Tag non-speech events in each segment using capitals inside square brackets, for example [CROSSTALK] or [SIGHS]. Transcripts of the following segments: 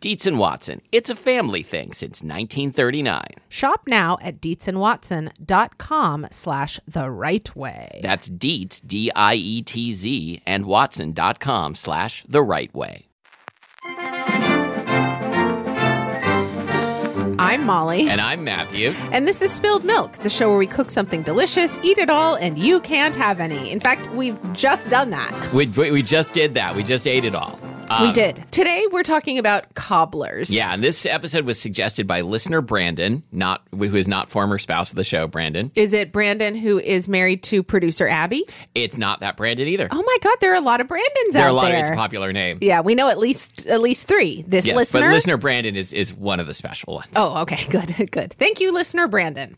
Dietz and Watson, it's a family thing since 1939. Shop now at deetzandwatson.com slash the right way. That's Dietz, D I E T Z, and Watson.com slash the right way. I'm Molly. And I'm Matthew. And this is Spilled Milk, the show where we cook something delicious, eat it all, and you can't have any. In fact, we've just done that. We, we we just did that, we just ate it all. we did. Today, we're talking about cobblers. Um, Yeah, and this episode was suggested by listener Brandon, not who is not former spouse of the show, Brandon. Is it Brandon who is married to producer Abby? It's not that Brandon either. Oh my God, there are a lot of Brandons there are out a lot there. of it's a popular name. yeah, we know at least at least three. This Yes, listener, but listener Brandon is is one of the special ones. Oh, okay, [LAUGHS] good, good. Thank you, listener Brandon.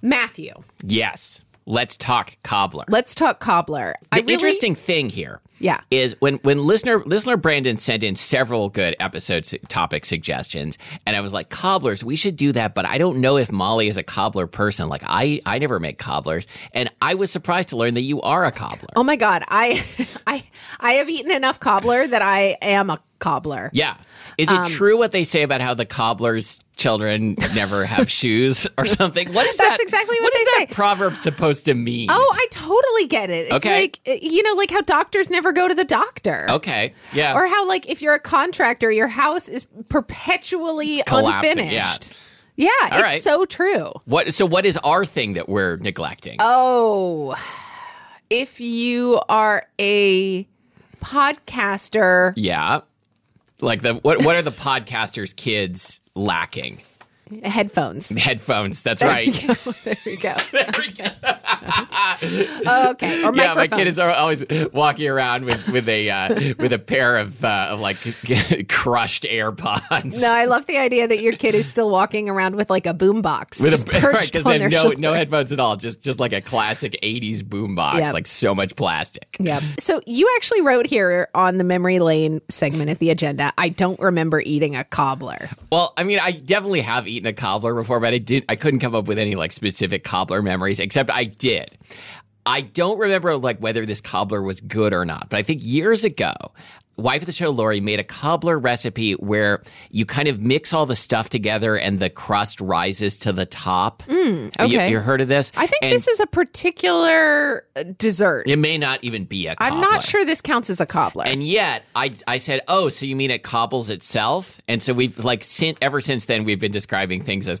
Matthew, Yes. Let's talk cobbler. let's talk cobbler. the I really- interesting thing here Yeah. is when when listener listener Brandon sent in several good episode su- topic suggestions and I was like cobblers we should do that but I don't know if Molly is a cobbler person like I I never make cobblers and I was surprised to learn that you are a cobbler. Oh my God, I, [LAUGHS] I, I have eaten enough cobbler that I am a cobbler. Yeah. Is Um, it true what they say about how the cobbler's children [LAUGHS] never have shoes or something? What is that? That's exactly what what is they that say. proverb supposed to mean? Oh, I totally get it. It's Okay. like eh, you know, like how doctors never go to the doctor. okay. Yeah. Or how like if you're a contractor, your house is perpetually Collapsing, unfinished. Yeah, it's right. so true. what so what is our thing that we're neglecting? Oh, if you are a podcaster, Yeah. Like the what what are the podcasters kids lacking? headphones. Headphones, that's right. [LAUGHS] There we [LAUGHS] go. yeah, Okay, or microphones. my kid is always walking around with with a uh, with a pair of uh, of like [LAUGHS] crushed AirPods. no, I love the idea that your kid is still walking around with like a boombox [LAUGHS] just perched because on they their have no, shoulder. no headphones at all, just just like a classic '80s boombox, Yep. like so much plastic. Yeah. So you actually wrote here on the memory lane segment of the agenda, I don't remember eating a cobbler. Well, I mean, I definitely have eaten a cobbler before, but I did I couldn't come up with any like specific cobbler memories, except I did. I don't remember like whether this cobbler was good or not, but I think years ago, wife of the show Lori made a cobbler recipe where you kind of mix all the stuff together and the crust rises to the top. You, Mm, okay. you heard of this? I think And this is a particular uh, dessert. it may not even be a cobbler. I'm not sure this counts as a cobbler. [LAUGHS] And yet, I I said, oh, so you mean it cobbles itself? And so we've like sin ever since then we've been describing things as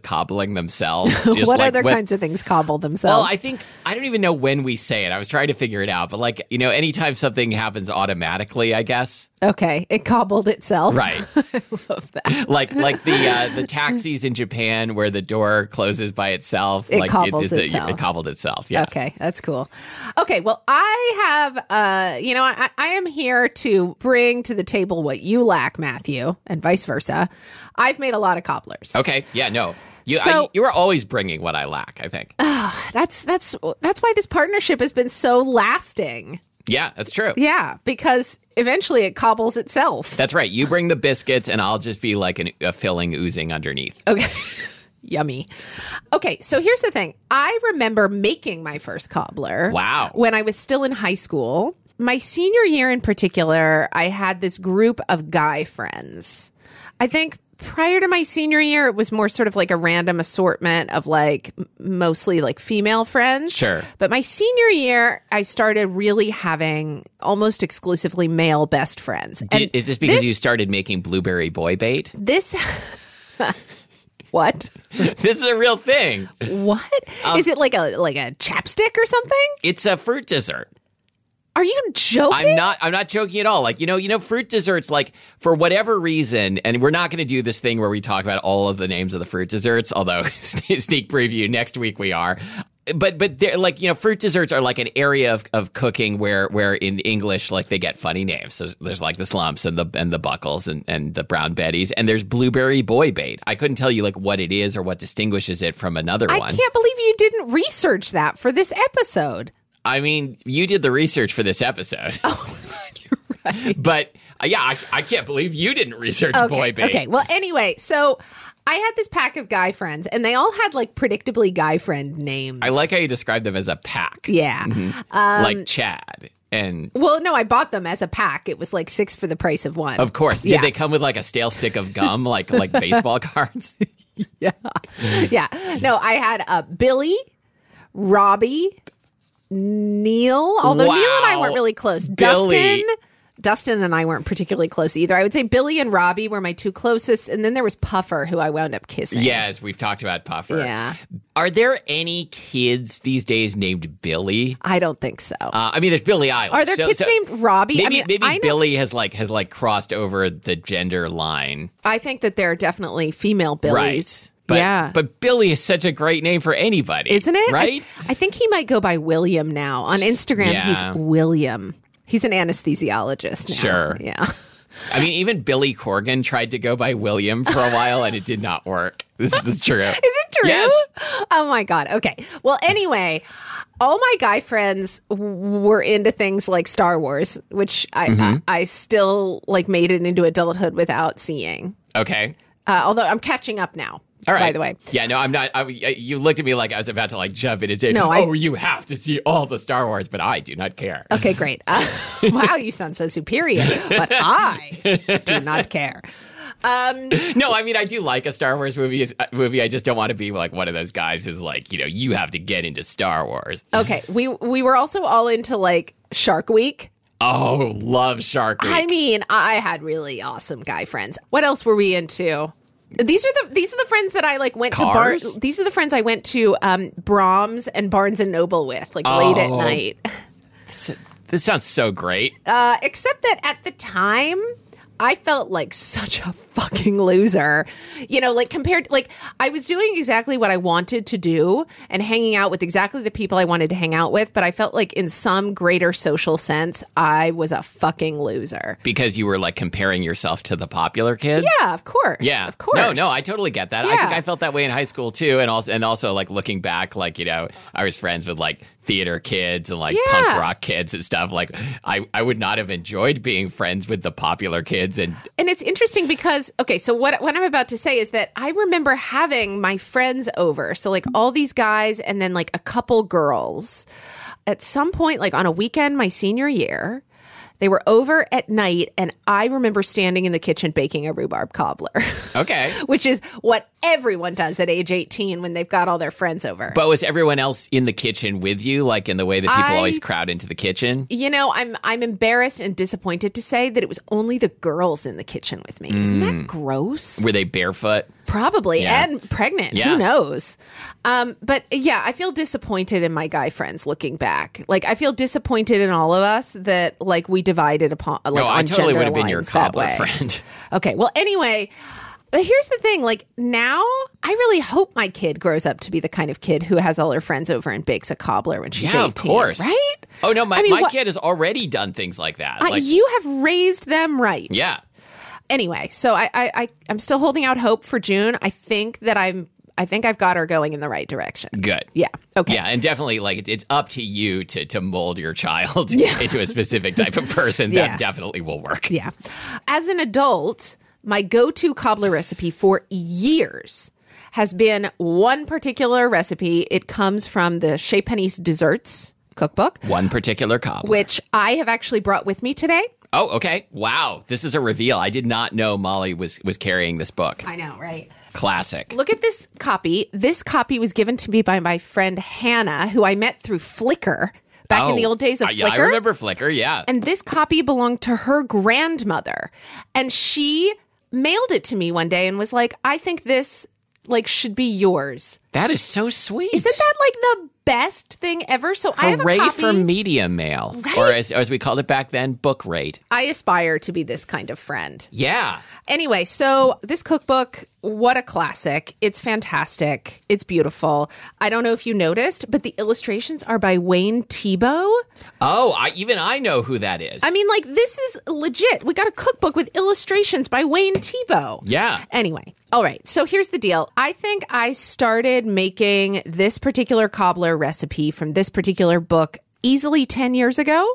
[LAUGHS] cobbling themselves. Just what like other when- kinds of things cobble themselves? Well, I think I don't even know when we say it. I was trying to figure it out, but like you know, anytime something happens automatically, I guess. okay, it cobbled itself. Right, [LAUGHS] I love that. [LAUGHS] like like the uh, the taxis in Japan where the door closes by itself. It like cobbles a- itself. it cobbled itself. Yeah. [LAUGHS] Okay, that's cool. Okay, well, I have, uh, you know, I, I am here to bring to the table what you lack, Matthew, and vice versa. I've made a lot of cobblers. Okay. Yeah. No. You, I, So- you were always bringing what I lack. I [LAUGHS] think. That's that's that's why this partnership has been so lasting. yeah, that's true. Yeah, because eventually it cobbles itself. That's right. You bring the biscuits, and I'll just be like an, a filling oozing underneath. Okay. [LAUGHS] Yummy. Okay, so here's the thing. I remember making my first cobbler. Wow. When I was still in high school. My senior year in particular, I had this group of guy friends. I think prior to my senior year, it was more sort of like a random assortment of like m- mostly like female friends. Sure. But my senior year, I started really having almost exclusively male best friends. Did, and is this because this- you started making blueberry boy bait? [LAUGHS] this. [LAUGHS] What? this is a real thing. What is Um, it like a like a chapstick or something? It's a fruit dessert. Are you joking? I'm not I'm not joking at all. Like, you know, you know, fruit desserts, like for whatever reason, and we're not gonna do this thing where we talk about all of the names of the fruit desserts, although [LAUGHS] sneak preview, next week we are. But but they're like, you know, fruit desserts are like an area of, of cooking where where in English like they get funny names. So there's like the slumps and the and the buckles and, and the brown betties, and there's blueberry boy bait. I couldn't tell you like what it is or what distinguishes it from another I one. can't believe you didn't research that for this episode. I mean, you did the research for [LAUGHS] this episode. Oh, you're right. But uh, yeah, I, I can't believe you didn't research Okay. boy bait. Okay. Well, anyway, so I had this pack of guy friends, and they all had like predictably guy friend names. I like Mm-hmm. how you describe them as a pack, Yeah. Uh, like Chad. And well, no, I bought them as a pack. It was like six for the price of one. of course, did yeah. they come with like a stale stick of gum, [LAUGHS] like like baseball cards? yeah. No, I had uh, Billy, Robbie, Neil. Although Neil and I Wow. weren't really close. Billy. Dustin. Dustin and I weren't particularly close either. I would say Billy and Robbie were my two closest, and then there was Puffer, who I wound up kissing. yes, we've talked about Puffer. Yeah. Are there any kids these days named Billy? I don't think so. Uh, I mean, there's Billy Eilish. Are there So- kids so named Robbie? Maybe I mean, maybe I, know- Billy has like has like crossed over the gender line. I think that there are definitely female Billies. Right. But, yeah. But Billy is such a great name for anybody. Isn't it? I- Right? I, think he might go by William now. On Instagram, he's Yeah. William. He's an anesthesiologist now. Sure. Yeah. I, mean, even Billy Corgan tried to go by William for a while and it did not work. This is true. Is it true? Yes. Oh my God. Okay. Well, anyway, all my guy friends w- were into things like Star Wars, which I, Mm-hmm. I, I still like made it into adulthood without seeing. Okay. Uh, although I'm catching up now. All right. By the way. Yeah, no, I'm not. I, you looked at me like I was about to like jump in and say, No, I- oh, you have to see all the Star Wars, but I do not care. Okay, great. Uh, [LAUGHS] wow, you sound so superior, [LAUGHS] but I do not care. Um, no, I mean, I do like a Star Wars movie. is- uh, Movie. I just don't want to be like one of those guys who's like, you know, you have to get into Star Wars. okay, we we were also all into like Shark Week. Oh, love Shark Week. I mean, I had really awesome guy friends. What else were we into? These are the these are the friends that I like went to Cars? Barnes. These are the friends I went to um, Brahms and Barnes and Noble with, like late at Oh. night. This- this sounds so great. Uh, except that at the time, I felt like such a fucking loser. You know, like compared, like I was doing exactly what I wanted to do and hanging out with exactly the people I wanted to hang out with, but I felt like in some greater social sense, I was a fucking loser. because you were like comparing yourself to the popular kids. Yeah, of course. Yeah. of course. No, no, I totally get that. I think Yeah. I felt that way in high school too. And also and also like looking back, like, you know, I was friends with like theater kids and like Yeah. punk rock kids and stuff. Like I, I would not have enjoyed being friends with the popular kids and And it's interesting because okay, so what what I'm about to say is that I remember having my friends over, so like all these guys and then like a couple girls at some point like on a weekend my senior year. They were over at night and I remember standing in the kitchen baking a rhubarb cobbler, [LAUGHS] Okay. which is what everyone does at age 18 when they've got all their friends over. But was everyone else in the kitchen with you, like in the way that people I- always crowd into the kitchen? you know, I'm I'm embarrassed and disappointed to say that it was only the girls in the kitchen with me. Isn't that gross? Were they barefoot? Probably Yeah. and pregnant. Who Yeah. knows? Um, but yeah, I feel disappointed in my guy friends looking back. Like I feel disappointed in all of us that like we divided upon like No, on Oh, I totally gender would have been your lines that cobbler way. friend. [LAUGHS] [LAUGHS] Okay. Well, anyway, but here's the thing. Like now, I really hope my kid grows up to be the kind of kid who has all her friends over and bakes a cobbler when she's Yeah, 18, of course. right? Oh no, my, I mean, my what- kid has already done things like that. Uh, Oh, Like you have raised them right. Yeah. anyway, so I, I, I I'm still holding out hope for June. I think that I'm I think I've got her going in the right direction. Good. Yeah. Okay. Yeah, and definitely like it- it's up to you to to mold your [LAUGHS] child into a specific type of person that Yeah. definitely will work. Yeah. As an adult, my go-to cobbler recipe for years has been one particular recipe. It comes from the Chez Panisse Desserts cookbook, One particular cobbler. which I have actually brought with me today. Oh, okay. Wow. This is a reveal. I did not know Molly was was carrying this book. I know, right? Classic. Look at this copy. This copy was given to me by my friend Hannah, who I met through Flickr back in Oh, the old days of I, Flickr. I remember Flickr, yeah. And this copy belonged to her grandmother. And she mailed it to me one day and was like, I think this like should be yours. that is so sweet. Isn't that like the best thing ever? So I have a Hooray copy. for media mail, or as, or as we called it back then, book rate. I aspire to be this kind of friend. Yeah, Anyway, so this cookbook, what a classic. It's fantastic. It's beautiful. I don't know if you noticed, but the illustrations are by Wayne Tebow. Oh, I, even I know who that is. I mean, like, this is legit. We got a cookbook with illustrations by Wayne Tebow. yeah. Anyway, all right. So here's the deal. I think I started making this particular cobbler recipe from this particular book easily 10 years ago.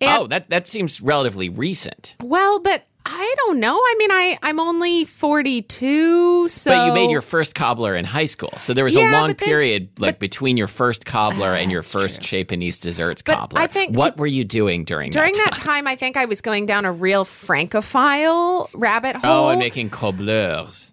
oh, that that seems relatively recent. Well, but I don't know. I mean, I I'm only 42, so But you made your first cobbler in high school, so there was Yeah, a long but then- period like between your first cobbler and your first Japanese desserts cobbler. I think what were you doing during during that? [LAUGHS] that time, I think I was going down a real francophile rabbit hole, Oh, and making [LAUGHS] cobblers.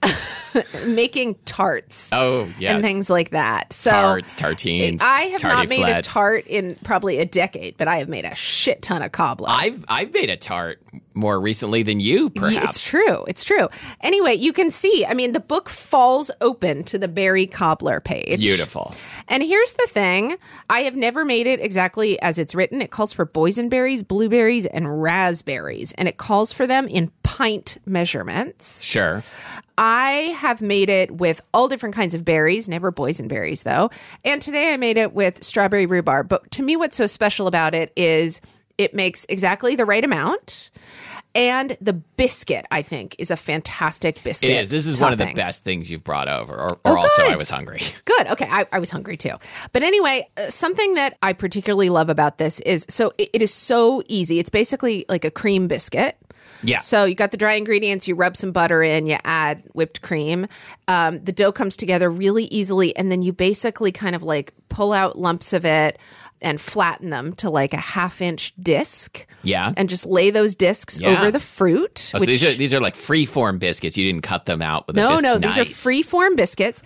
making tarts Oh, yes. and things like that. So Tarts, tartines. I have not made a tartiflettes. tart in probably a decade, but I have made a shit ton of cobbler. I've I've made a tart more recently than you, Y- perhaps. It's true. It's true. Anyway, you can see. I mean, the book falls open to the berry cobbler page. Beautiful. And here's the thing I have never made it exactly as it's written. It calls for boysenberries, blueberries, and raspberries, and it calls for them in pint measurements. Sure. I have made it with all different kinds of berries, never boysenberries though. And today I made it with strawberry rhubarb. But to me, what's so special about it is it makes exactly the right amount. And the biscuit, I think, is a fantastic biscuit. It is. This is one of the topping. Oh, best things you've brought over, or, or also I good. was hungry. [LAUGHS] Good. Okay. I, I was hungry too. But anyway, uh, something that I particularly love about this is so it, it is so easy. It's basically like a cream biscuit. Yeah. So you got the dry ingredients, you rub some butter in, you add whipped cream. Um, the dough comes together really easily, and then you basically kind of like pull out lumps of it and flatten them to like a half inch disc. Yeah. And just lay those discs Yeah. over the fruit. Oh, so these are these are like free form biscuits. You didn't cut them out with a No, biscuit. no, these are Nice. free form biscuits.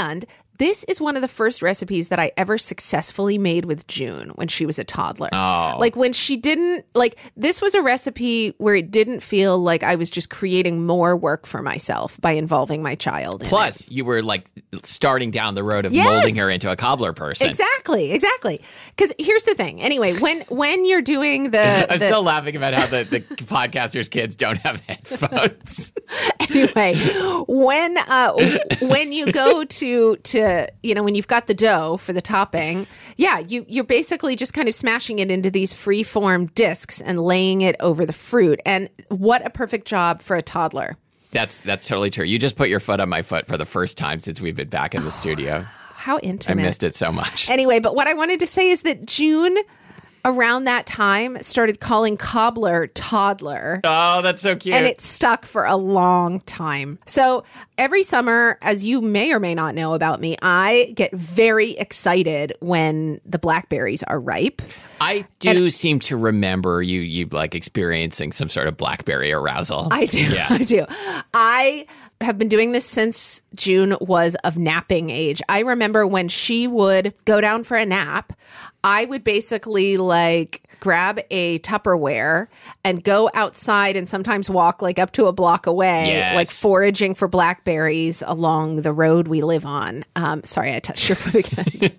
And this is one of the first recipes that I ever successfully made with June when she was a toddler. Oh. Like when she didn't, like, this was a recipe where it didn't feel like I was just creating more work for myself by involving my child. in it. Plus, you were like starting down the road of Yes. molding her into a cobbler person. Exactly, exactly. Because here's the thing. Anyway, when when you're doing the, [LAUGHS] I'm the still laughing about how the, [LAUGHS] the podcasters' kids don't have headphones. [LAUGHS] anyway, when uh, when you go to to you know when you've got the dough for the topping, yeah, you you're basically just kind of smashing it into these free form discs and laying it over the fruit. And what a perfect job for a toddler. that's that's totally true. You just put your foot on my foot for the first time since we've been back in the Oh, studio. How I intimate. missed it so much. Anyway, but what I wanted to say is that June around that time started calling cobbler toddler. Oh, that's so cute. and it stuck for a long time. So every summer, as you may or may not know about me, I get very excited when the blackberries are ripe. I do seem to remember you you like experiencing some sort of blackberry arousal. I do. Yeah. [LAUGHS] I do. I have been doing this since June was of napping age. I remember when she would go down for a nap, I would basically like grab a Tupperware and go outside and sometimes walk like up to a block away, Yes. like foraging for blackberries along the road we live on. Um, sorry, I touched your foot [LAUGHS] again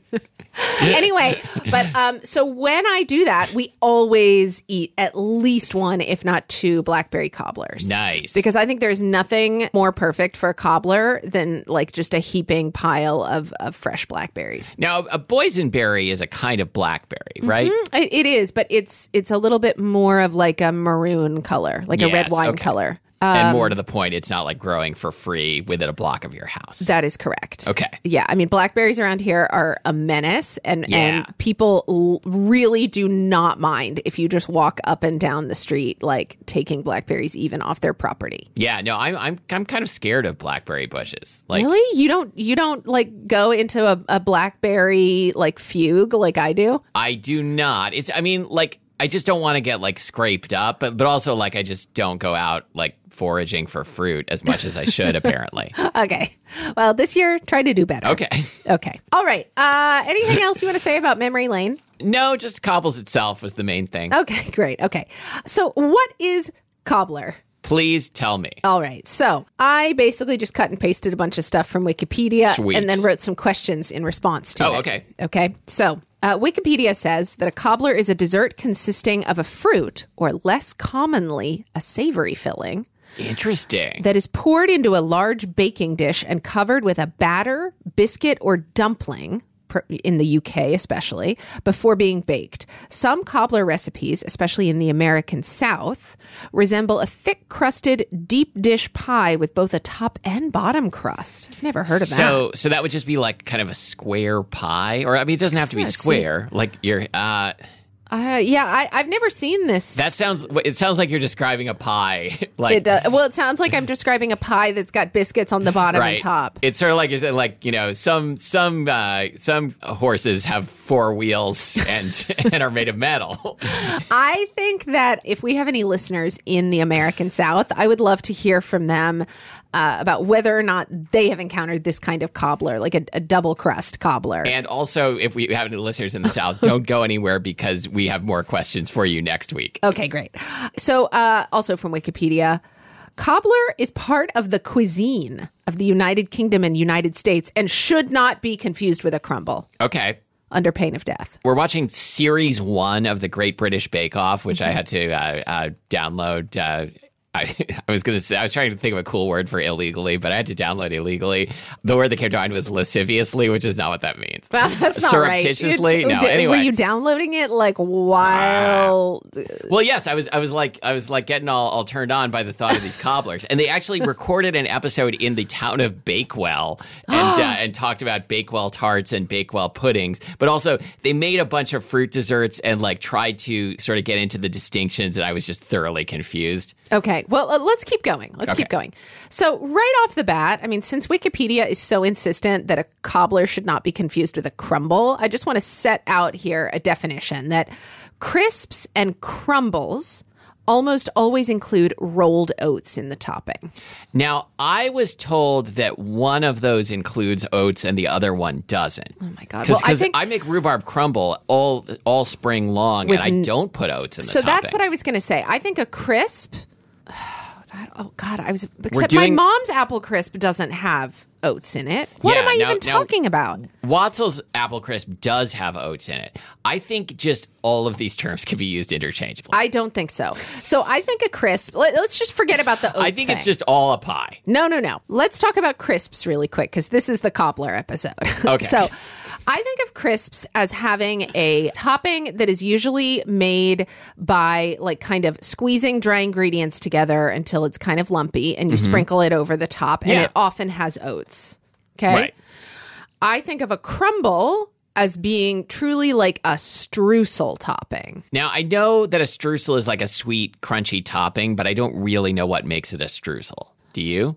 anyway, but um, so when I do that, we always eat at least one, if not two, blackberry cobblers. nice. Because I think there's nothing more perfect for a cobbler than like just a heaping pile of, of fresh blackberries. now a boysenberry is a kind of blackberry, right? I- It is, but it's it's a little bit more of like a maroon color, like a red Yes, wine okay. color. and Um, more to the point, it's not like growing for free within a block of your house. That is correct. Okay. Yeah, I mean blackberries around here are a menace, and Yeah. and people l- really do not mind if you just walk up and down the street like taking blackberries even off their property. yeah, no, I'm I'm I'm kind of scared of blackberry bushes. Like Really, you don't you don't like go into a, a blackberry like fugue like I do. I do not. It's I mean like. I just don't want to get like scraped up, but, but also like I just don't go out like foraging for fruit as much as I should apparently. Okay. Well, this year, try to do better. Okay. Okay. All right. Uh, anything else you want to say about memory lane? No, just cobbles itself was the main thing. Okay, [LAUGHS] great. Okay. So, what is cobbler? Please tell me. All right. So I basically just cut and pasted a bunch of stuff from Wikipedia Sweet. and then wrote some questions in response to it. Oh, okay. Okay. So uh, Wikipedia says that a cobbler is a dessert consisting of a fruit, or less commonly, a savory filling, Interesting. that is poured into a large baking dish and covered with a batter, biscuit, or dumpling. pr- In the UK, especially, before being baked. Some cobbler recipes, especially in the American South, resemble a thick crusted deep dish pie with both a top and bottom crust. I've never heard of that. So so that would just be like kind of a square pie or I mean it doesn't have to be square. Like you're uh Uh, yeah, I, I've never seen this. that sounds it sounds like you're describing a pie. [LAUGHS] like it does, well, it sounds like I'm describing a pie that's got biscuits on the bottom and top. It's sort of like you said, like you know, some some uh, some horses have four wheels and and [LAUGHS] are made of metal. I think that if we have any listeners in the American South, I would love to hear from them uh, about whether or not they have encountered this kind of cobbler, like a, a double crust cobbler. and also, if we have any listeners in the [LAUGHS] south, don't go anywhere because we have more questions for you next week. Okay, great. So, uh, also from Wikipedia, cobbler is part of the cuisine of the United Kingdom and United States and should not be confused with a crumble Okay. under pain of death. [LAUGHS] We're watching series one of the Great British Bake Off, which I Mm-hmm. had to uh, uh, download. Uh, I, [LAUGHS] I was going to say, I was trying to think of a cool word for illegally, but I had to download illegally. The word that came to mind was lasciviously, which is not what that means. Well, that's not right. You- Surreptitiously? No, d- anyway. Uh, Were you downloading it like while. Well, yes, I was. I was like, I was like getting all, all turned on by the thought of these cobblers, and they [LAUGHS] actually recorded an episode in the town of Bakewell [GASPS] and uh, and talked about Bakewell tarts and Bakewell puddings, but also they made a bunch of fruit desserts and like tried to sort of get into the distinctions, and I was just thoroughly confused. Okay. Well, uh, let's keep going. Let's keep Okay. going. So, right off the bat, I mean, since Wikipedia is so insistent that a cobbler should not be confused with a crumble, I just want to set out here a definition that crisps and crumbles almost always include rolled oats in the topping. Oh Now, I was told that one of those includes oats and the other one doesn't. Oh my God. Because Well, I think- I, make rhubarb crumble all all spring long, and I don't put oats in the So that's topping. what I was going to say. I think a crisp. [SIGHS] that- Oh God! I was except doing- my mom's apple crisp doesn't have oats in it. What Yeah, am I now- even now- talking about? Watzel's apple crisp does have oats in it. I think just all of these terms can be used interchangeably. I, I don't think so. So I think a crisp. Let, us just forget about [LAUGHS] the. oat think it's thing. just all a pie. No, no, no. Let's talk about crisps really quick because this is the cobbler episode. [LAUGHS] Okay. so I think of crisps as having a topping that is usually made by like kind of squeezing dry ingredients together until it's kind of lumpy and you sprinkle it over the top and Mm-hmm. Yeah. it often has oats. Okay. Right. I think of a crumble as being truly like a streusel topping. Now, I know that a streusel is like a sweet, crunchy topping, but I don't really know what makes it a streusel. Do you?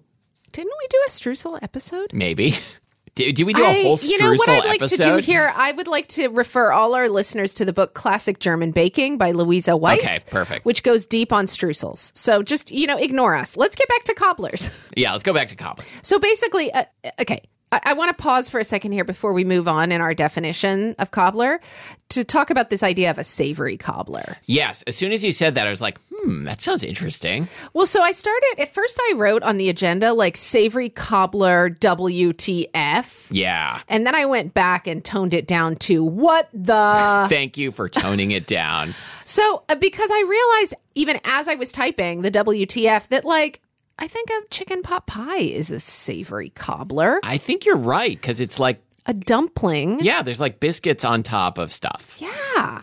Didn't we do a streusel episode? Maybe. [LAUGHS] Do, do we do a I- whole streusel you know what I'd like to episode? do here? I would like to refer all our listeners to the book Classic German Baking by Louisa Weiss. Okay, perfect. Which goes deep on streusels. So just, you know, ignore us. Let's get back to cobblers. [LAUGHS] Yeah, let's go back to cobblers. So basically, uh, okay, I, I want to pause for a second here before we move on in our definition of cobbler to talk about this idea of a savory cobbler. Yes, as soon as you said that, I was like, hmm, that sounds interesting. Well, so I started, at first I wrote on the agenda like savory cobbler WTF. Yeah. And then I went back and toned it down to what the Thank you for toning it down. So, uh, because I realized even as I was typing the WTF that, like, I think a chicken pot pie is a savory cobbler, I think you're right, because it's like, a dumpling. yeah, there's like biscuits on top of stuff. Yeah.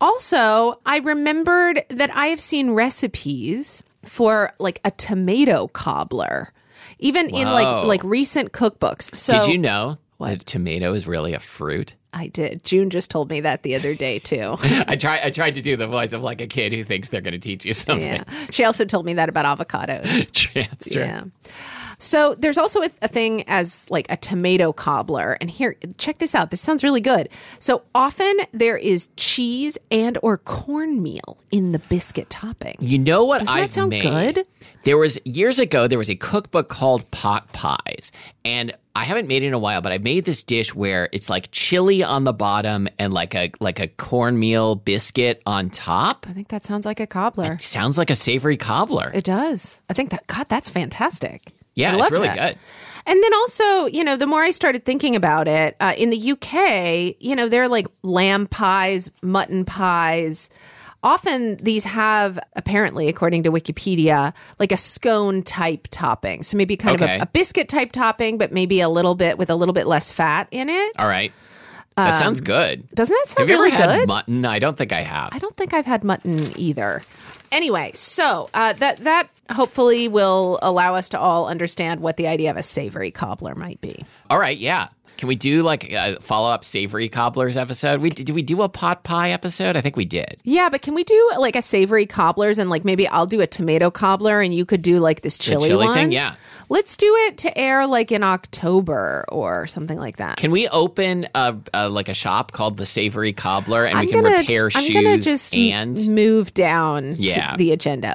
Also, I remembered that I have seen recipes for like a tomato cobbler, even in like Whoa. like recent cookbooks. So Did you know that tomato is really a fruit? I did. June just told me that the other day [LAUGHS] too. I try. I tried to do the voice of like a kid who thinks they're going to teach you something. yeah. She also told me that about avocados. Chance, Yeah. So there's also a, a thing as like a tomato cobbler, and here, check this out. This sounds really good. So often there is cheese and or cornmeal in the biscuit topping. You know what Doesn't that I've sound made? good? There was years ago there was a cookbook called Pot Pies, and I haven't made it in a while, but I made this dish where it's like chili on the bottom and like a like a cornmeal biscuit on top. I think that sounds like a cobbler. Sounds like a savory cobbler. It does. I think that God, that's fantastic. I yeah, love it's really that. good. And then also, you know, the more I started thinking about it, uh, in the UK, you know, there are like lamb pies, mutton pies. Often these have, apparently, according to Wikipedia, like a scone type topping. So maybe kind Okay. of a, a biscuit type topping, but maybe a little bit with a little bit less fat in it. All right, that sounds good. Doesn't that sound Have you Um, really ever had good? mutton? I don't think I have. I don't think I've had mutton either. Anyway, so uh, that that hopefully will allow us to all understand what the idea of a savory cobbler might be. All right, yeah. Can we do like a follow up savory cobblers episode? We did we do a pot pie episode? I think we did. Yeah, but can we do like a savory cobblers and like maybe I'll do a tomato cobbler and you could do like this chili, chili one? thing, yeah. Let's do it to air like in October or something like that. Can we open a, a like a shop called the Savory Cobbler and I'm we can gonna repair I'm shoes gonna just m- and move down Yeah. to the agenda.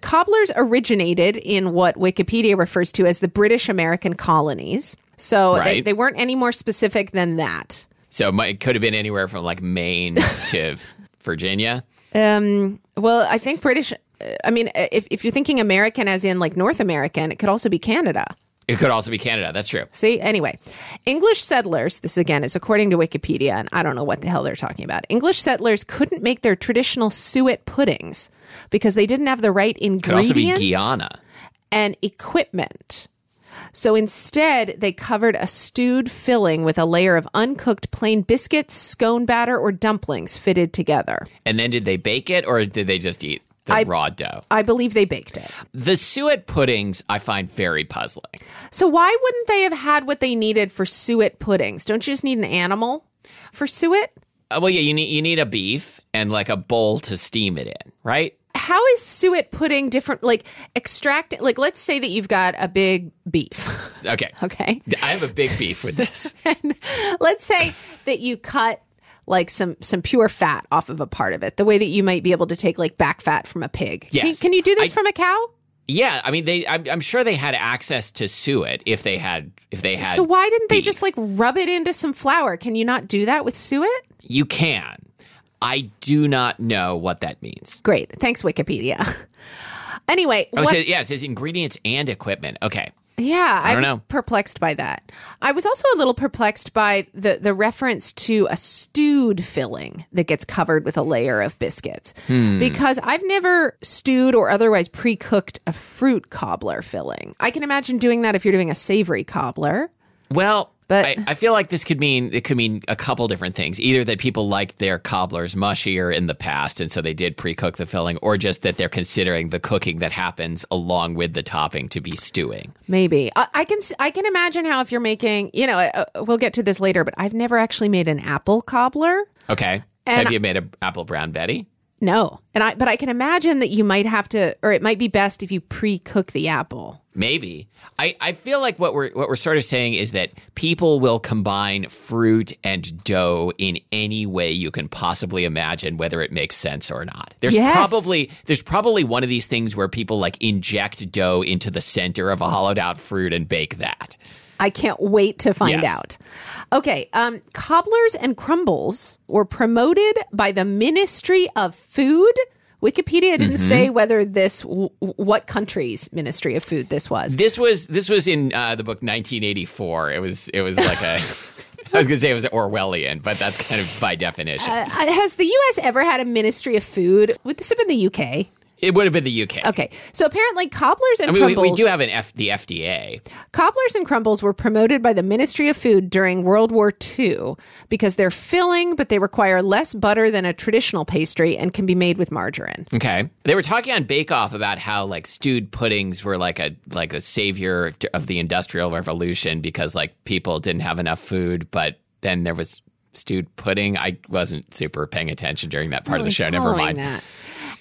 Cobblers originated in what Wikipedia refers to as the British American colonies. So they, Right. they weren't any more specific than that. so it might- it could have been anywhere from [LAUGHS] like Maine to Virginia. Um, well, I think British. uh, I mean, uh, if, if you're thinking American as in like North American, it could also be Canada. It could also be Canada. That's true. See, anyway, English settlers, this again is according to Wikipedia, and I don't know what the hell they're talking about. English settlers couldn't make their traditional suet puddings because they didn't have the right It could ingredients also be Guyana. and equipment. So instead, they covered a stewed filling with a layer of uncooked plain biscuits, scone batter, or dumplings fitted together. And then did they bake it or did they just eat the raw dough? I believe they baked it. The suet puddings I find very puzzling. So why wouldn't they have had what they needed for suet puddings? Don't you just need an animal for suet? Uh, well, yeah, you need you need a beef and like a bowl to steam it in, right? How is suet pudding different? Like extract, like let's say that you've got a big beef, [LAUGHS] Okay. okay? I have a big beef [LAUGHS] with this. let's say that you cut like some some pure fat off of a part of it, the way that you might be able to take like back fat from a pig. Can, you- Yes. can you do this I- from a cow? Yeah, I mean, they. I'm, I'm sure they had access to suet if they had. If they had. So why didn't they beef. just like rub it into some flour? Can you not do that with suet? You can. I do not know what that means. Great, thanks Wikipedia. [LAUGHS] anyway, Oh, it what- says, yeah, it says ingredients and equipment. Okay. Yeah, I, don't was know. perplexed by that. I was also a little perplexed by the the reference to a stewed filling that gets covered with a layer of biscuits Hmm. because I've never stewed or otherwise pre-cooked a fruit cobbler filling. I can imagine doing that if you're doing a savory cobbler. Well, But- I, I feel like this could mean it could mean a couple different things. Either that people liked their cobblers mushier in the past, and so they did pre-cook the filling, or just that they're considering the cooking that happens along with the topping to be stewing. Maybe I, I can s- I can imagine how if you're making you know uh, uh, we'll get to this later, but I've never actually made an apple cobbler. Okay. And- Have you made an apple brown Betty? No, and I but I can imagine that you might have to, or it might be best if you pre-cook the apple. Maybe. I, I feel like what we're what we're sort of saying is that people will combine fruit and dough in any way you can possibly imagine, whether it makes sense or not. There's Yes. probably there's probably one of these things where people like inject dough into the center of a hollowed out fruit and bake that. I can't wait to find Yes. out. Okay, um, cobblers and crumbles were promoted by the Ministry of Food. Wikipedia didn't Mm-hmm. say whether this w- what country's Ministry of Food this was. This was this was in uh, the book 1984. It was it was like a [LAUGHS] I was gonna say it was Orwellian, but that's kind of by definition. Uh, has the U.S. ever had a Ministry of Food? Would this have been the U.K.? it would have been the UK. Okay, so apparently cobblers and I mean, we, crumbles. we do have an F, the FDA. Cobblers and crumbles were promoted by the Ministry of Food during World War II because they're filling, but they require less butter than a traditional pastry and can be made with margarine. Okay. They were talking on Bake Off about how like stewed puddings were like a like a savior of the industrial revolution because like people didn't have enough food, but then there was stewed pudding. I wasn't super paying attention during that part of the show. Never Following mind. that.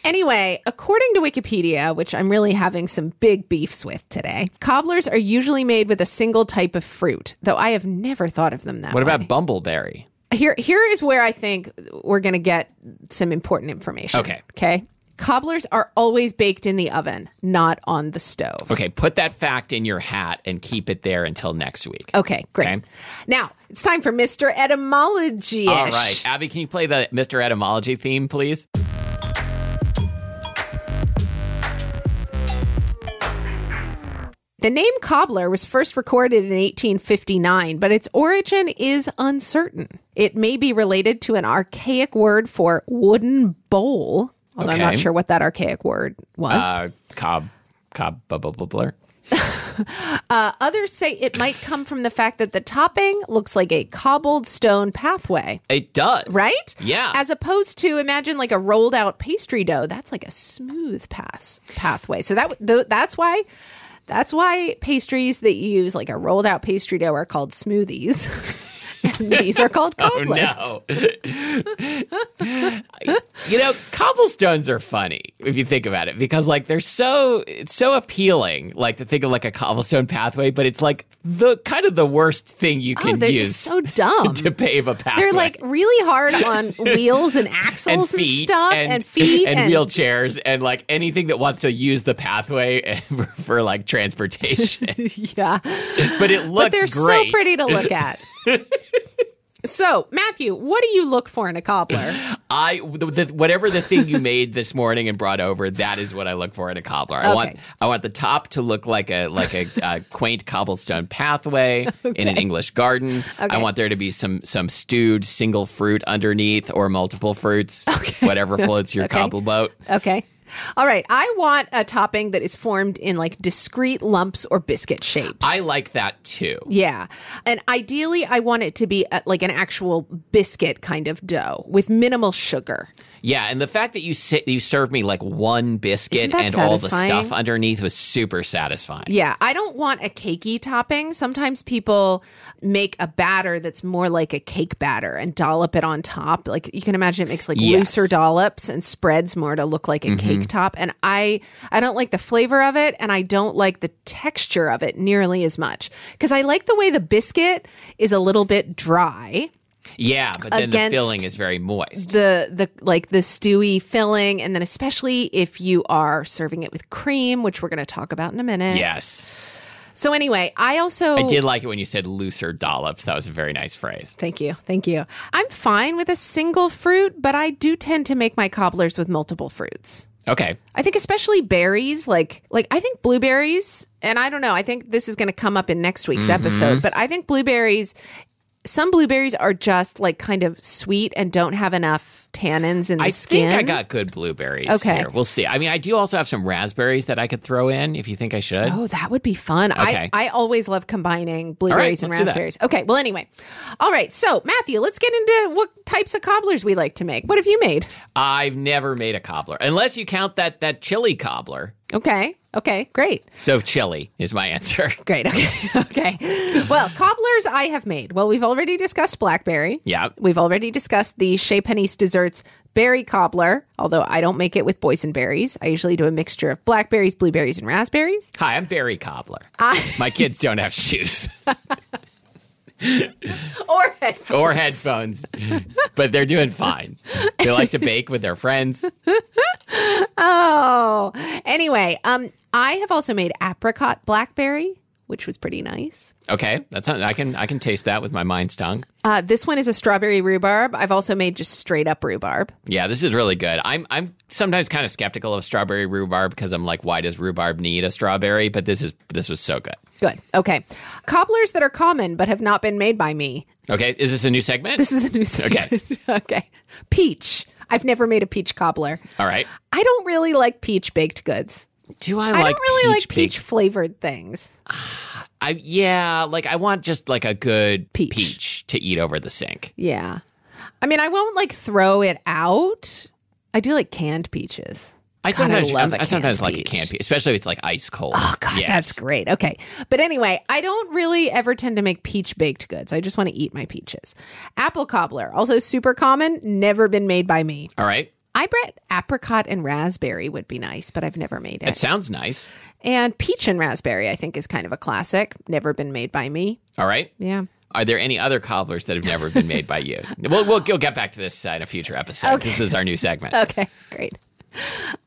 Anyway, according to Wikipedia, which I'm really having some big beefs with today, cobblers are usually made with a single type of fruit, though I have never thought of them that What way. about Bumbleberry? Here, here is where I think we're going to get some important information. Okay. Okay. Cobblers are always baked in the oven, not on the stove. Okay, put that fact in your hat and keep it there until next week. Okay, great. Okay. Now it's time for Mr. Etymology. All right. Abby, can you play the Mr. Etymology theme, please? The name cobbler was first recorded in 1859, but its origin is uncertain. It may be related to an archaic word for wooden bowl, although I'm not Okay. sure what that archaic word was. Uh Cobb Cobb Bubbler. Uh, others say it might come from the fact that the topping looks like a cobbled stone pathway. It does. Right? Yeah. As opposed to imagine like a rolled out pastry dough, that's like a smooth path pathway. So that th- that's why that's why pastries that use like a rolled out pastry dough are called smoothies. [LAUGHS] and these are [LAUGHS] called cobblers. Oh, No. you know, cobblestones are funny if you think about it because like they're so it's so appealing like to think of like a cobblestone pathway, but it's like the kind of the worst thing you Oh, can they're use just so dumb. [LAUGHS] to pave a pathway. they're like really hard [LAUGHS] on wheels and and axles and, feet stuff and, feet [LAUGHS] and, wheelchairs and like anything that wants to use the pathway [LAUGHS] for, for [LAUGHS] like transportation. [LAUGHS] Yeah. but it looks But they're great. so pretty to look [LAUGHS] at. so, Matthew, what do you look for in a cobbler? I the, the, whatever the thing [LAUGHS] you made this morning and brought over, that is what I look for in a cobbler. I want Okay. I want the top to look like a [LAUGHS] like a, uh quaint cobblestone pathway in an English garden. I want there to be some some stewed single fruit underneath or multiple fruits, [LAUGHS] whatever floats your cobble boat. Okay. All right. I want a topping that is formed in like discrete lumps or biscuit shapes. I like that too. yeah. And ideally, I want it to be uh like an actual biscuit kind of dough with minimal sugar. Yeah, and the fact that you sit, you served me like one Isn't biscuit that and all the satisfying? stuff underneath was super satisfying. Yeah. I don't want a cakey topping. Sometimes people make a batter that's more like a cake batter and dollop it on top. Like you can imagine it makes like Yes. Mm-hmm. looser dollops and spreads more to look like a cake top. And I I don't like the flavor of it and I don't like the texture of it nearly as much. Because I like the way the biscuit is a little bit dry. Yeah, but then Against- the filling is very moist. The the like the stewy filling and then especially if you are serving it with cream, which we're gonna talk about in a minute. Yes. So anyway, I also I did like it when you said looser dollops. That was a very nice phrase. Thank you. Thank you. I'm fine with a single fruit, but I do tend to make my cobblers with multiple fruits. Okay. I think especially berries, like like I think blueberries, and I don't know, I think this is going to come up in next week's Mm-hmm. episode, but I think blueberries some blueberries are just like kind of sweet and don't have enough tannins in the I skin. think I got good blueberries Okay. here. We'll see. I mean, I do also have some raspberries that I could throw in if you think I should. Oh, that would be fun. Okay. I, I always love combining blueberries and let's do that. raspberries. Okay, well, anyway. All right, so Matthew, let's get into what types of cobblers we like to make. What have you made? I've never made a cobbler, unless you count that that chili cobbler. Okay. Okay. Great. So chili is my [LAUGHS] answer. Great. [LAUGHS] Okay. okay. Well, cobblers I have made. Well, we've already discussed blackberry. yeah. We've already discussed the Chez Panisse dessert desserts, berry cobbler, although I don't make it with boysenberries. I usually do a mixture of blackberries, blueberries, and raspberries. Hi, I'm Barry Cobbler. My kids don't have shoes Or headphones. [LAUGHS] or headphones, but they're doing fine. They like to bake with their friends. Oh. Anyway, um, I have also made apricot blackberry, which was pretty nice. Okay, that's not, I can I can taste that with my mind's tongue. Uh, this one is a strawberry rhubarb. I've also made just straight up rhubarb. Yeah, this is really good. I'm I'm sometimes kind of skeptical of strawberry rhubarb because I'm like, why does rhubarb need a strawberry? But this is this was so good. Good. Okay. Cobblers that are common but have not been made by me. Okay, is this a new segment? This is a new segment. Okay. [LAUGHS] okay. Peach. I've never made a peach cobbler. All right. I don't really like peach baked goods. Do I, I like don't really peach like peach flavored things. I yeah, like I want just like a good Peach. peach, to eat over the sink. Yeah. I mean, I won't like throw it out. I do like canned peaches. I God, I sometimes love a I sometimes canned like a peach. canned peach, especially if it's like ice cold. Oh God, that's great. Okay, but anyway, I don't really ever tend to make peach baked goods. I just want to eat my peaches. Apple cobbler, also super common, never been made by me. All right. I bet apricot and raspberry would be nice, but I've never made it. That sounds nice. and peach and raspberry, I think, is kind of a classic. Never been made by me. All right. Yeah. Are there any other cobblers that have never been made by you? We'll, we'll, we'll get back to this uh, in a future [LAUGHS] episode. This is our new segment. Okay, [LAUGHS] great.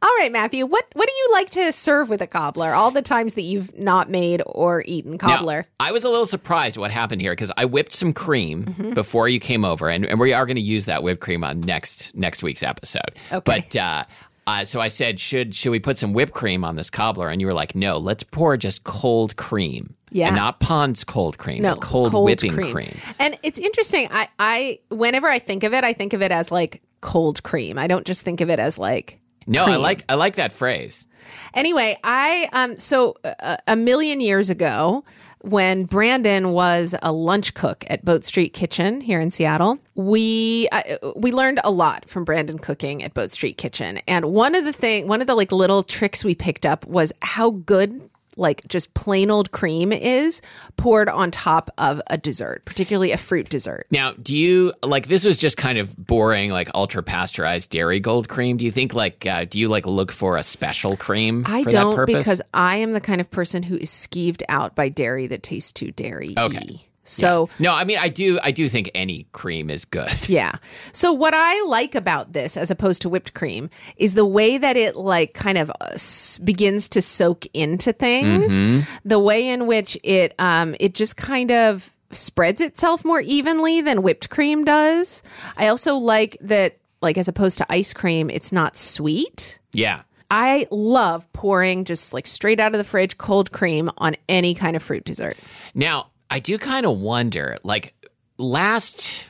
All right, Matthew, what what do you like to serve with a cobbler? All the times that you've not made or eaten Now, cobbler. I was a little surprised what happened here because I whipped some cream Mm-hmm. before you came over, and, and we are going to use that whipped cream on next next week's episode. Okay. But uh, uh, so I said, should should we put some whipped cream on this cobbler? And you were like, no, let's pour just cold cream. Yeah. And not Pond's cold cream. no but cold, whipping cream. And it's interesting. I, I whenever I think of it, I think of it as like cold cream. I don't just think of it as like. No, I Cream. like I like that phrase. Anyway, I um so uh, a million years ago when Brandon was a lunch cook at Boat Street Kitchen here in Seattle, we uh, we learned a lot from Brandon cooking at Boat Street Kitchen. And one of the thing one of the like little tricks we picked up was how good like just plain old cream is poured on top of a dessert, particularly a fruit dessert. Now, do you like this was just kind of boring, like ultra pasteurized dairy gold cream? Do you think like uh, do you like look for a special cream? I for that don't purpose? because I am the kind of person who is skeeved out by dairy that tastes too dairy. Okay. So No, I mean I do I do think any cream is good. [LAUGHS] yeah. So what I like about this as opposed to whipped cream is the way that it like kind of uh, s- begins to soak into things, Mm-hmm. the way in which it um it just kind of spreads itself more evenly than whipped cream does. I also like that like as opposed to ice cream, it's not sweet. Yeah. I love pouring just like straight out of the fridge cold cream on any kind of fruit dessert. Now, I do kind of wonder like last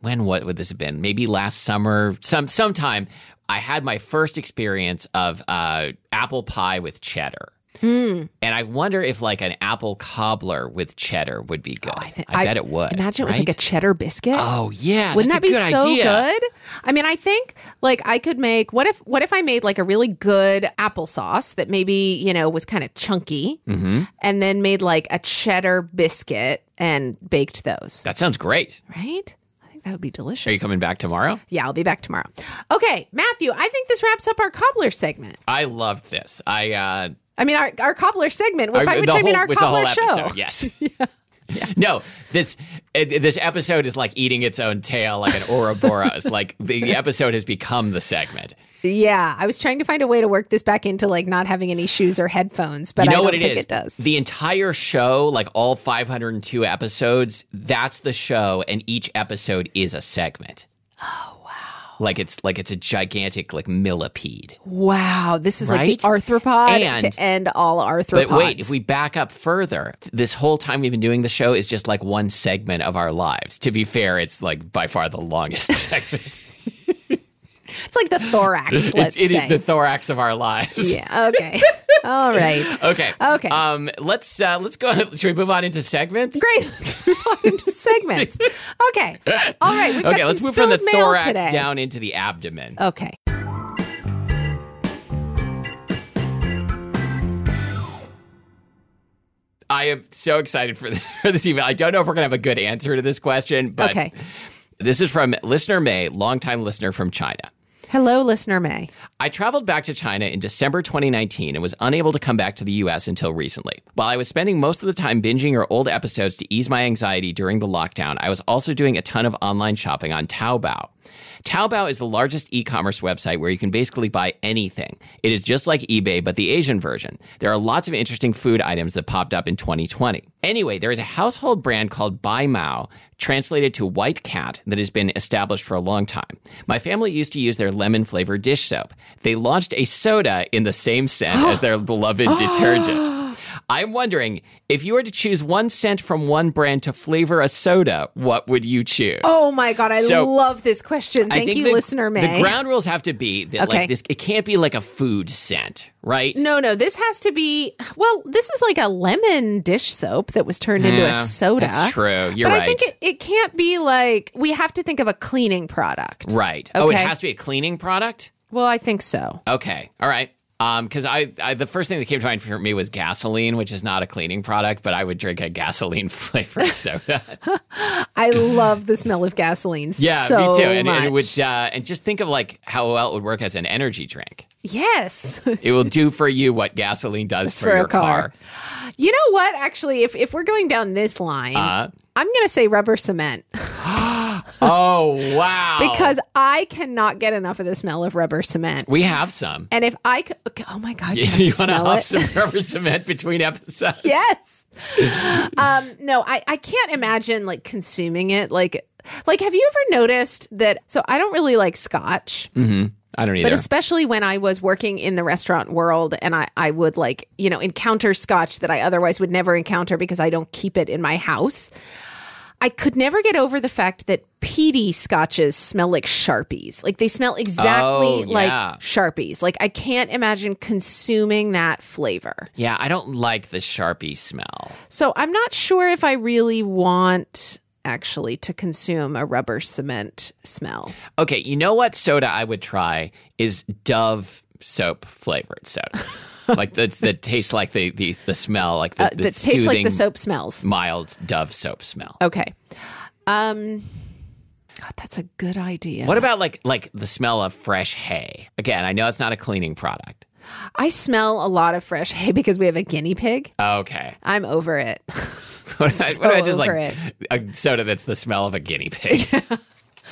when what would this have been? Maybe last summer, some sometime I had my first experience of uh, apple pie with cheddar. Hmm. And I wonder if like an apple cobbler with cheddar would be Oh, good. I, bet it would. Imagine with like a right? cheddar biscuit. Oh yeah, Wouldn't that's that be a good so idea. good? I mean, I think like I could make what if what if I made like a really good applesauce that maybe, you know, was kind of chunky Mm-hmm. and then made like a cheddar biscuit and baked those. That sounds great. right? I think that would be delicious. Are you coming back tomorrow? yeah, I'll be back tomorrow. Okay, Matthew, I think this wraps up our cobbler segment. I loved this. I uh, I mean, our, our cobbler segment, I- by which the I mean whole- our was the cobbler whole show. episode. [LAUGHS] Yes. No, this uh, this episode is like eating its own tail, like an Ouroboros. like [LAUGHS] the, the episode has become the segment. Yeah, I was trying to find a way to work this back into like not having any shoes or headphones, but you I know don't what it think is? it does. The entire show, like all 502 episodes, that's the show, and each episode is a segment. Oh wow! Like it's like it's a gigantic like millipede. Wow, this is like the Right? arthropod And- to end all arthropods. But wait, if we back up further, th- this whole time we've been doing the show is just like one segment of our lives. To be fair, it's like by far the longest [LAUGHS] segment. it's like the thorax, let's [LAUGHS] it's, it say. is the thorax of our [LAUGHS] lives. yeah. Okay. all [LAUGHS] right. Okay. Okay. Um. Let's uh. Let's go. Should we move on into segments? Great. Let's move on into segments. Okay. All right. We've Okay. got Let's some move from the spilled mail thorax today. Oh. down into the abdomen. Okay. [LAUGHS] I am so excited for this, for this email. I don't know if we're gonna have a good answer to this question, but okay. This is from listener May, longtime listener from China. Hello, listener May. I traveled back to China in December 2019 and was unable to come back to the US until recently. While I was spending most of the time binging your old episodes to ease my anxiety during the lockdown, I was also doing a ton of online shopping on Taobao. Taobao is the largest e commerce website where you can basically buy anything. It is just like eBay, but the Asian version. There are lots of interesting food items that popped up in 2020. Anyway, there is a household brand called Bai Mao, translated to white cat, that has been established for a long time. My family used to use their lemon flavored dish soap. They launched a soda in the same scent [GASPS] as their beloved detergent. I'm wondering if you were to choose one scent from one brand to flavor a soda, what would you choose? Oh my God, I So- love this question. I Thank think you, the- listener May. The ground rules have to be that Okay. like this it can't be like a food scent, right? no, no, this has to be. Well, this is like a lemon dish soap that was turned into a Yeah, soda. that's true. You're but I right. think it, it can't be like we have to think of a cleaning product. Right. Oh, it Okay. has to be a cleaning product? Well, I think so. Okay. All right. Um, because I, I, the first thing that came to mind for me was gasoline, which is not a cleaning product, but I would drink a gasoline [LAUGHS] flavored soda. I love the smell of gasoline. [LAUGHS] yeah, so me too. And much. it would, uh, and just think of like how well it would work as an energy drink. yes. [LAUGHS] It will do for you what gasoline does for, for a your car. You know what? Actually, if if we're going down this line, Uh. I'm going to say rubber cement [LAUGHS] Oh wow! because I cannot get enough of the smell of rubber cement. we have some. and if I could, okay, oh my god, can I [LAUGHS] you want to smell it? [LAUGHS] huff some rubber cement between episodes? yes. um, no, I, I can't imagine like consuming it. Like, like have you ever noticed that? So I don't really like scotch, I don't either. but especially when I was working in the restaurant world and I, I would like, you know, encounter scotch that I otherwise would never encounter because I don't keep it in my house. I could never get over the fact that peaty scotches smell like Sharpies. Like they smell exactly Oh, like yeah. Sharpies. Like I can't imagine consuming that flavor. yeah, I don't like the Sharpie smell. So I'm not sure if I really want actually to consume a rubber cement smell. Okay, you know what soda I would try is Dove soap [LAUGHS] flavored soda. like the that tastes like the, the the smell like the, Uh, the that tastes like soothing, the soap Oh. smells. mild Dove soap smell. Okay. Um God, that's a good idea. What about like like the smell of fresh hay? Again, I know it's not a cleaning product. I smell a lot of fresh hay because we have a guinea pig. Okay. [LAUGHS] I'm over it. What about, what So about just like over a soda that's the smell of a guinea pig?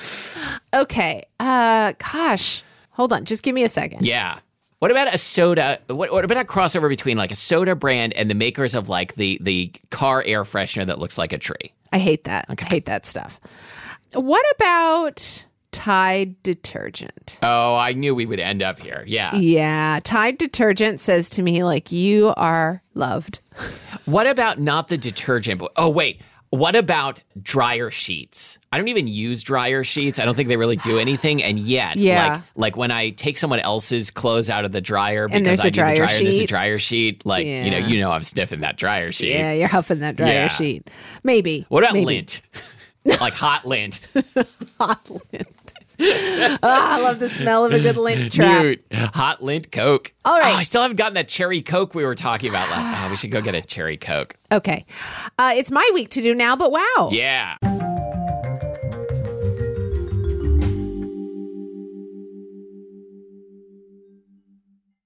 [LAUGHS] okay. Uh gosh. Hold on. Just give me a second. Yeah. What about a soda? What, what about a crossover between like a soda brand and the makers of like the the car air freshener that looks like a tree? I hate that. I hate that stuff. What about Tide detergent? Oh, I knew we would end up here. Yeah. Yeah, Tide detergent says to me like you are loved. What about not the detergent? But, oh wait. What about dryer sheets? I don't even use dryer sheets. I don't think they really do anything. And yet, Yeah. like, like when I take someone else's clothes out of the dryer because there's I a do the dryer dryer and there's a sheet. dryer sheet, like you know, Yeah. you know, I'm sniffing that dryer sheet. Yeah, you're huffing that dryer Yeah. sheet. Maybe. What about Maybe. lint? [LAUGHS] like hot lint. Hot lint. oh, I love the smell of a good [LAUGHS] lint [LAUGHS] trap. Dude, hot lint Coke. All right. Oh, I still haven't gotten that cherry Coke we were talking about last. Oh, we should go get a cherry Coke. Okay, uh, it's my week to do now. But wow, Yeah.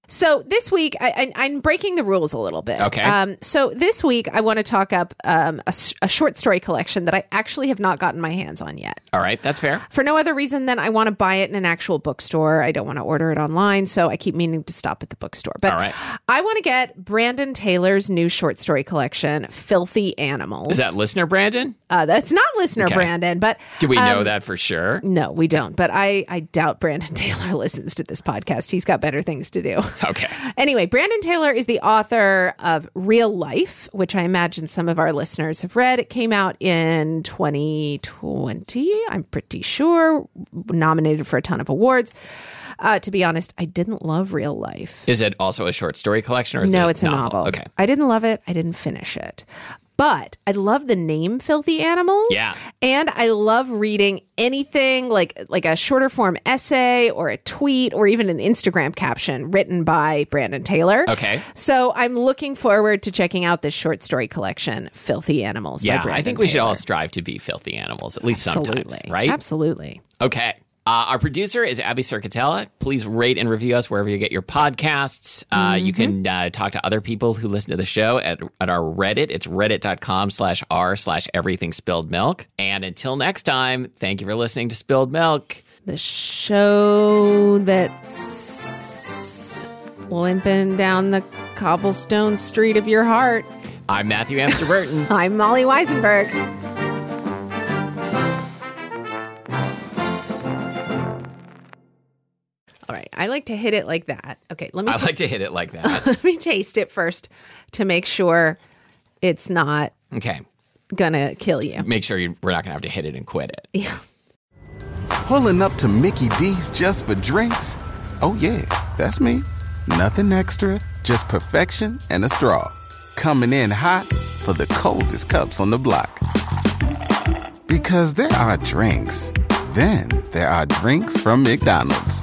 So this week, I, I, I'm breaking the rules a little bit. Okay. Um, so this week, I want to talk up um, a, s- a short story collection that I actually have not gotten my hands on yet. All right, that's fair. For no other reason than I want to buy it in an actual bookstore. I don't want to order it online, so I keep meaning to stop at the bookstore. But All right. I want to get Brandon Taylor's new short story collection, Filthy Animals. Is that listener Brandon? uh, that's not listener Okay. Brandon, but Do we Um, know that for sure? no, we don't. But I, I doubt Brandon [LAUGHS] Taylor listens to this podcast. He's got better things to [LAUGHS] do. Okay. Anyway, Brandon Taylor is the author of Real Life, which I imagine some of our listeners have read. It came out in 2020, I'm pretty sure, nominated for a ton of awards. Uh, to be honest, I didn't love Real Life. Is it also a short story collection or is no, it it's a novel. Okay. I didn't love it. I didn't finish it. But I love the name Filthy Animals. Yeah. And I love reading anything like like a shorter form essay or a tweet or even an Instagram caption written by Brandon Taylor. Okay. So I'm looking forward to checking out this short story collection, Filthy Animals. by Yeah, Brandon I think we should Taylor. all strive to be filthy animals, at least sometimes, Absolutely. right? Absolutely. Okay. Uh, our producer is Abby Circatella. Please rate and review us wherever you get your podcasts. Uh, You can Mm-hmm. uh, talk to other people who listen to the show at, at our Reddit. It's reddit.com slash r slash everything spilled milk. And until next time, thank you for listening to Spilled Milk. The show that's limping down the cobblestone street of your heart. I'm Matthew [LAUGHS] Amster Burton. I'm Molly Weisenberg. All right, I like to hit it like that. Okay, let me I ta- like to hit it like that. [LAUGHS] let me taste it first to make sure it's not Okay. gonna kill you. Make sure you, we're not going to have to hit it and quit it. Yeah. Pulling up to Mickey D's just for drinks? Oh, yeah, that's me. Nothing extra, just perfection and a straw. Coming in hot for the coldest cups on the block. Because there are drinks, then there are drinks from McDonald's.